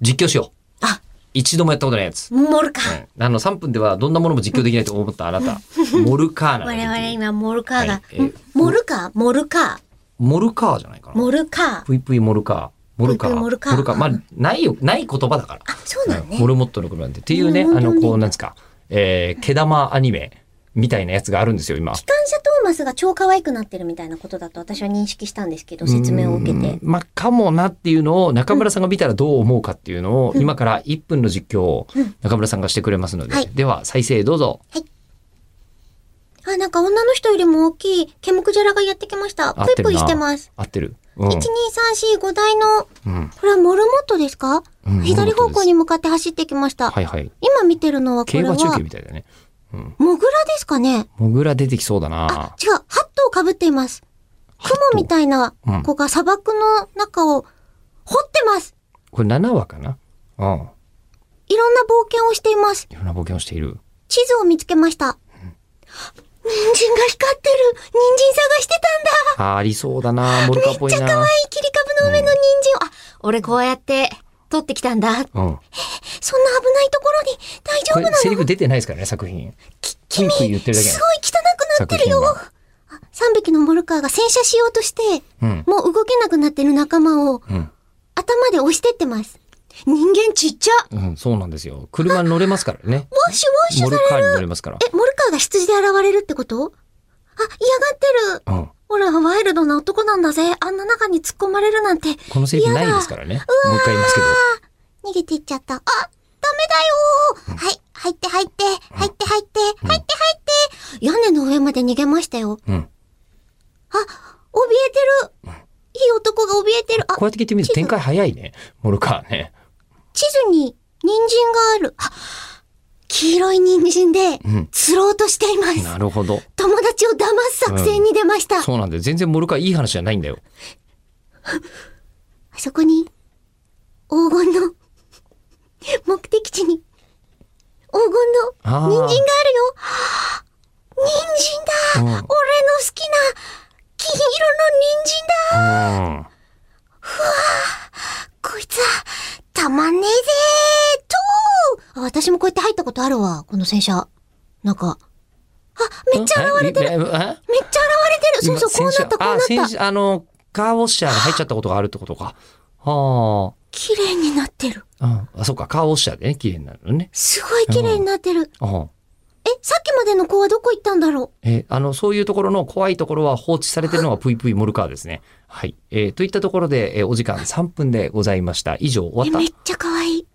実況しよう。あ一度もやったことないやつ。モルカうんあの、3分ではどんなものも実況できないと思ったあな た。モルカーナが我出てる。々今モルカーが、はいえーんモルカーモルカモルカーじゃないかーな。モルカーぷいぷいモルカー。モルカー。ぷいぷいモルカーまあ、ないよ、ない言葉だから。あそうなのねモルモットのことなんて。っていうね、モあルモットの、こなんだう、なんですか、えー、毛玉アニメみたいなやつがあるんですよ、今。機関車トーマスが超可愛くなってるみたいなことだと私は認識したんですけど説明を受けうてんまあ、かもなっていうのを中村さんが見たらどう思うかっていうのを、今から1分の実況をうん中村さんがしてくれますので、はいでは再生どうぞ。あなんか女の人よりも大きいケモクジャラがやってきました合ぷっいてるなぷいしてます合ってる。うん1 2 3 4 5台のうんこれはモルモットですか、うん左方向に向かって走ってきました、はいはい。今見てるのはこ競れは馬中継モみたいだね。グラですかねモグラ出てきそうだなあ。違うハットをかぶっていますハッ雲トみたいなうん子が砂漠の中を掘ってますこれ7話かなうん。いろんな冒険をしていますいろんな冒険をしている。地図を見つけました。人参が光ってる人参探してたんだあーありそうだな。モルカっぽいな。いい切り株の上の人参を、あ、俺こうやって取ってきたんだ。うん。そんな危ないところに大丈こ夫なれのセリフ出てないですからね、作品。きキン君、ク言ってるだけすごい汚くなってるよ作あ !3 匹のモルカーが洗車しようとして、うん。もう動けなくなってる仲間をうん。頭で押してってます。人間ちっちゃうん、そうなんですよ。車に乗れますからね。ウォッシュウォッシュモさルれカーに乗れますから。え、モルカーが羊で現れるってことあ、嫌がってるうん。ほら、ワイルドな男なんだぜ。あんな中に突っ込まれるなんて。このセリフないですからね。もう一回言いますけど。逃げていっちゃった。あ、ダメだよー、はい、入って入って、入って入って、入って入って。屋根の上まで逃げましたよ。うん。あ、怯えてる。いい男が怯えてる。あこう、やって聞いてみると展開早いね。モルカー ね。地図に人参がある。あ、黄色い人参でうん、釣ろうとしています。なるほど。友達を騙す作戦に出ました。そうなんだよ。全然モルカーいい話じゃないんだよ。あそこに、黄金の、目的地に、黄金のあー人参があるよ。人参だうん。俺の好きな、金色の人参だうん。こいつは、たまんねえぜとあ私もこうやって入ったことあるわ、この洗車。なんか。あ、めっちゃ現れてるてる。えめっちゃ現れてるそうそう、こうなった、こあ、うな先った。週、あの、カーウォッシャーが入っちゃったことがあるってことか。は綺麗になってる。あ。うんあ、そうか、カーウォッシャーでね、綺麗になるのね。すごい綺麗になってる。うん。え、さっきまでの子はどこ行ったんだろえーあの、そういうところの怖いところは放置されてるのがぷいぷいモルカーですね。はい。えーといったところで、えーお時間3分でございました。以上、うえ、終わめっっちゃ可愛い。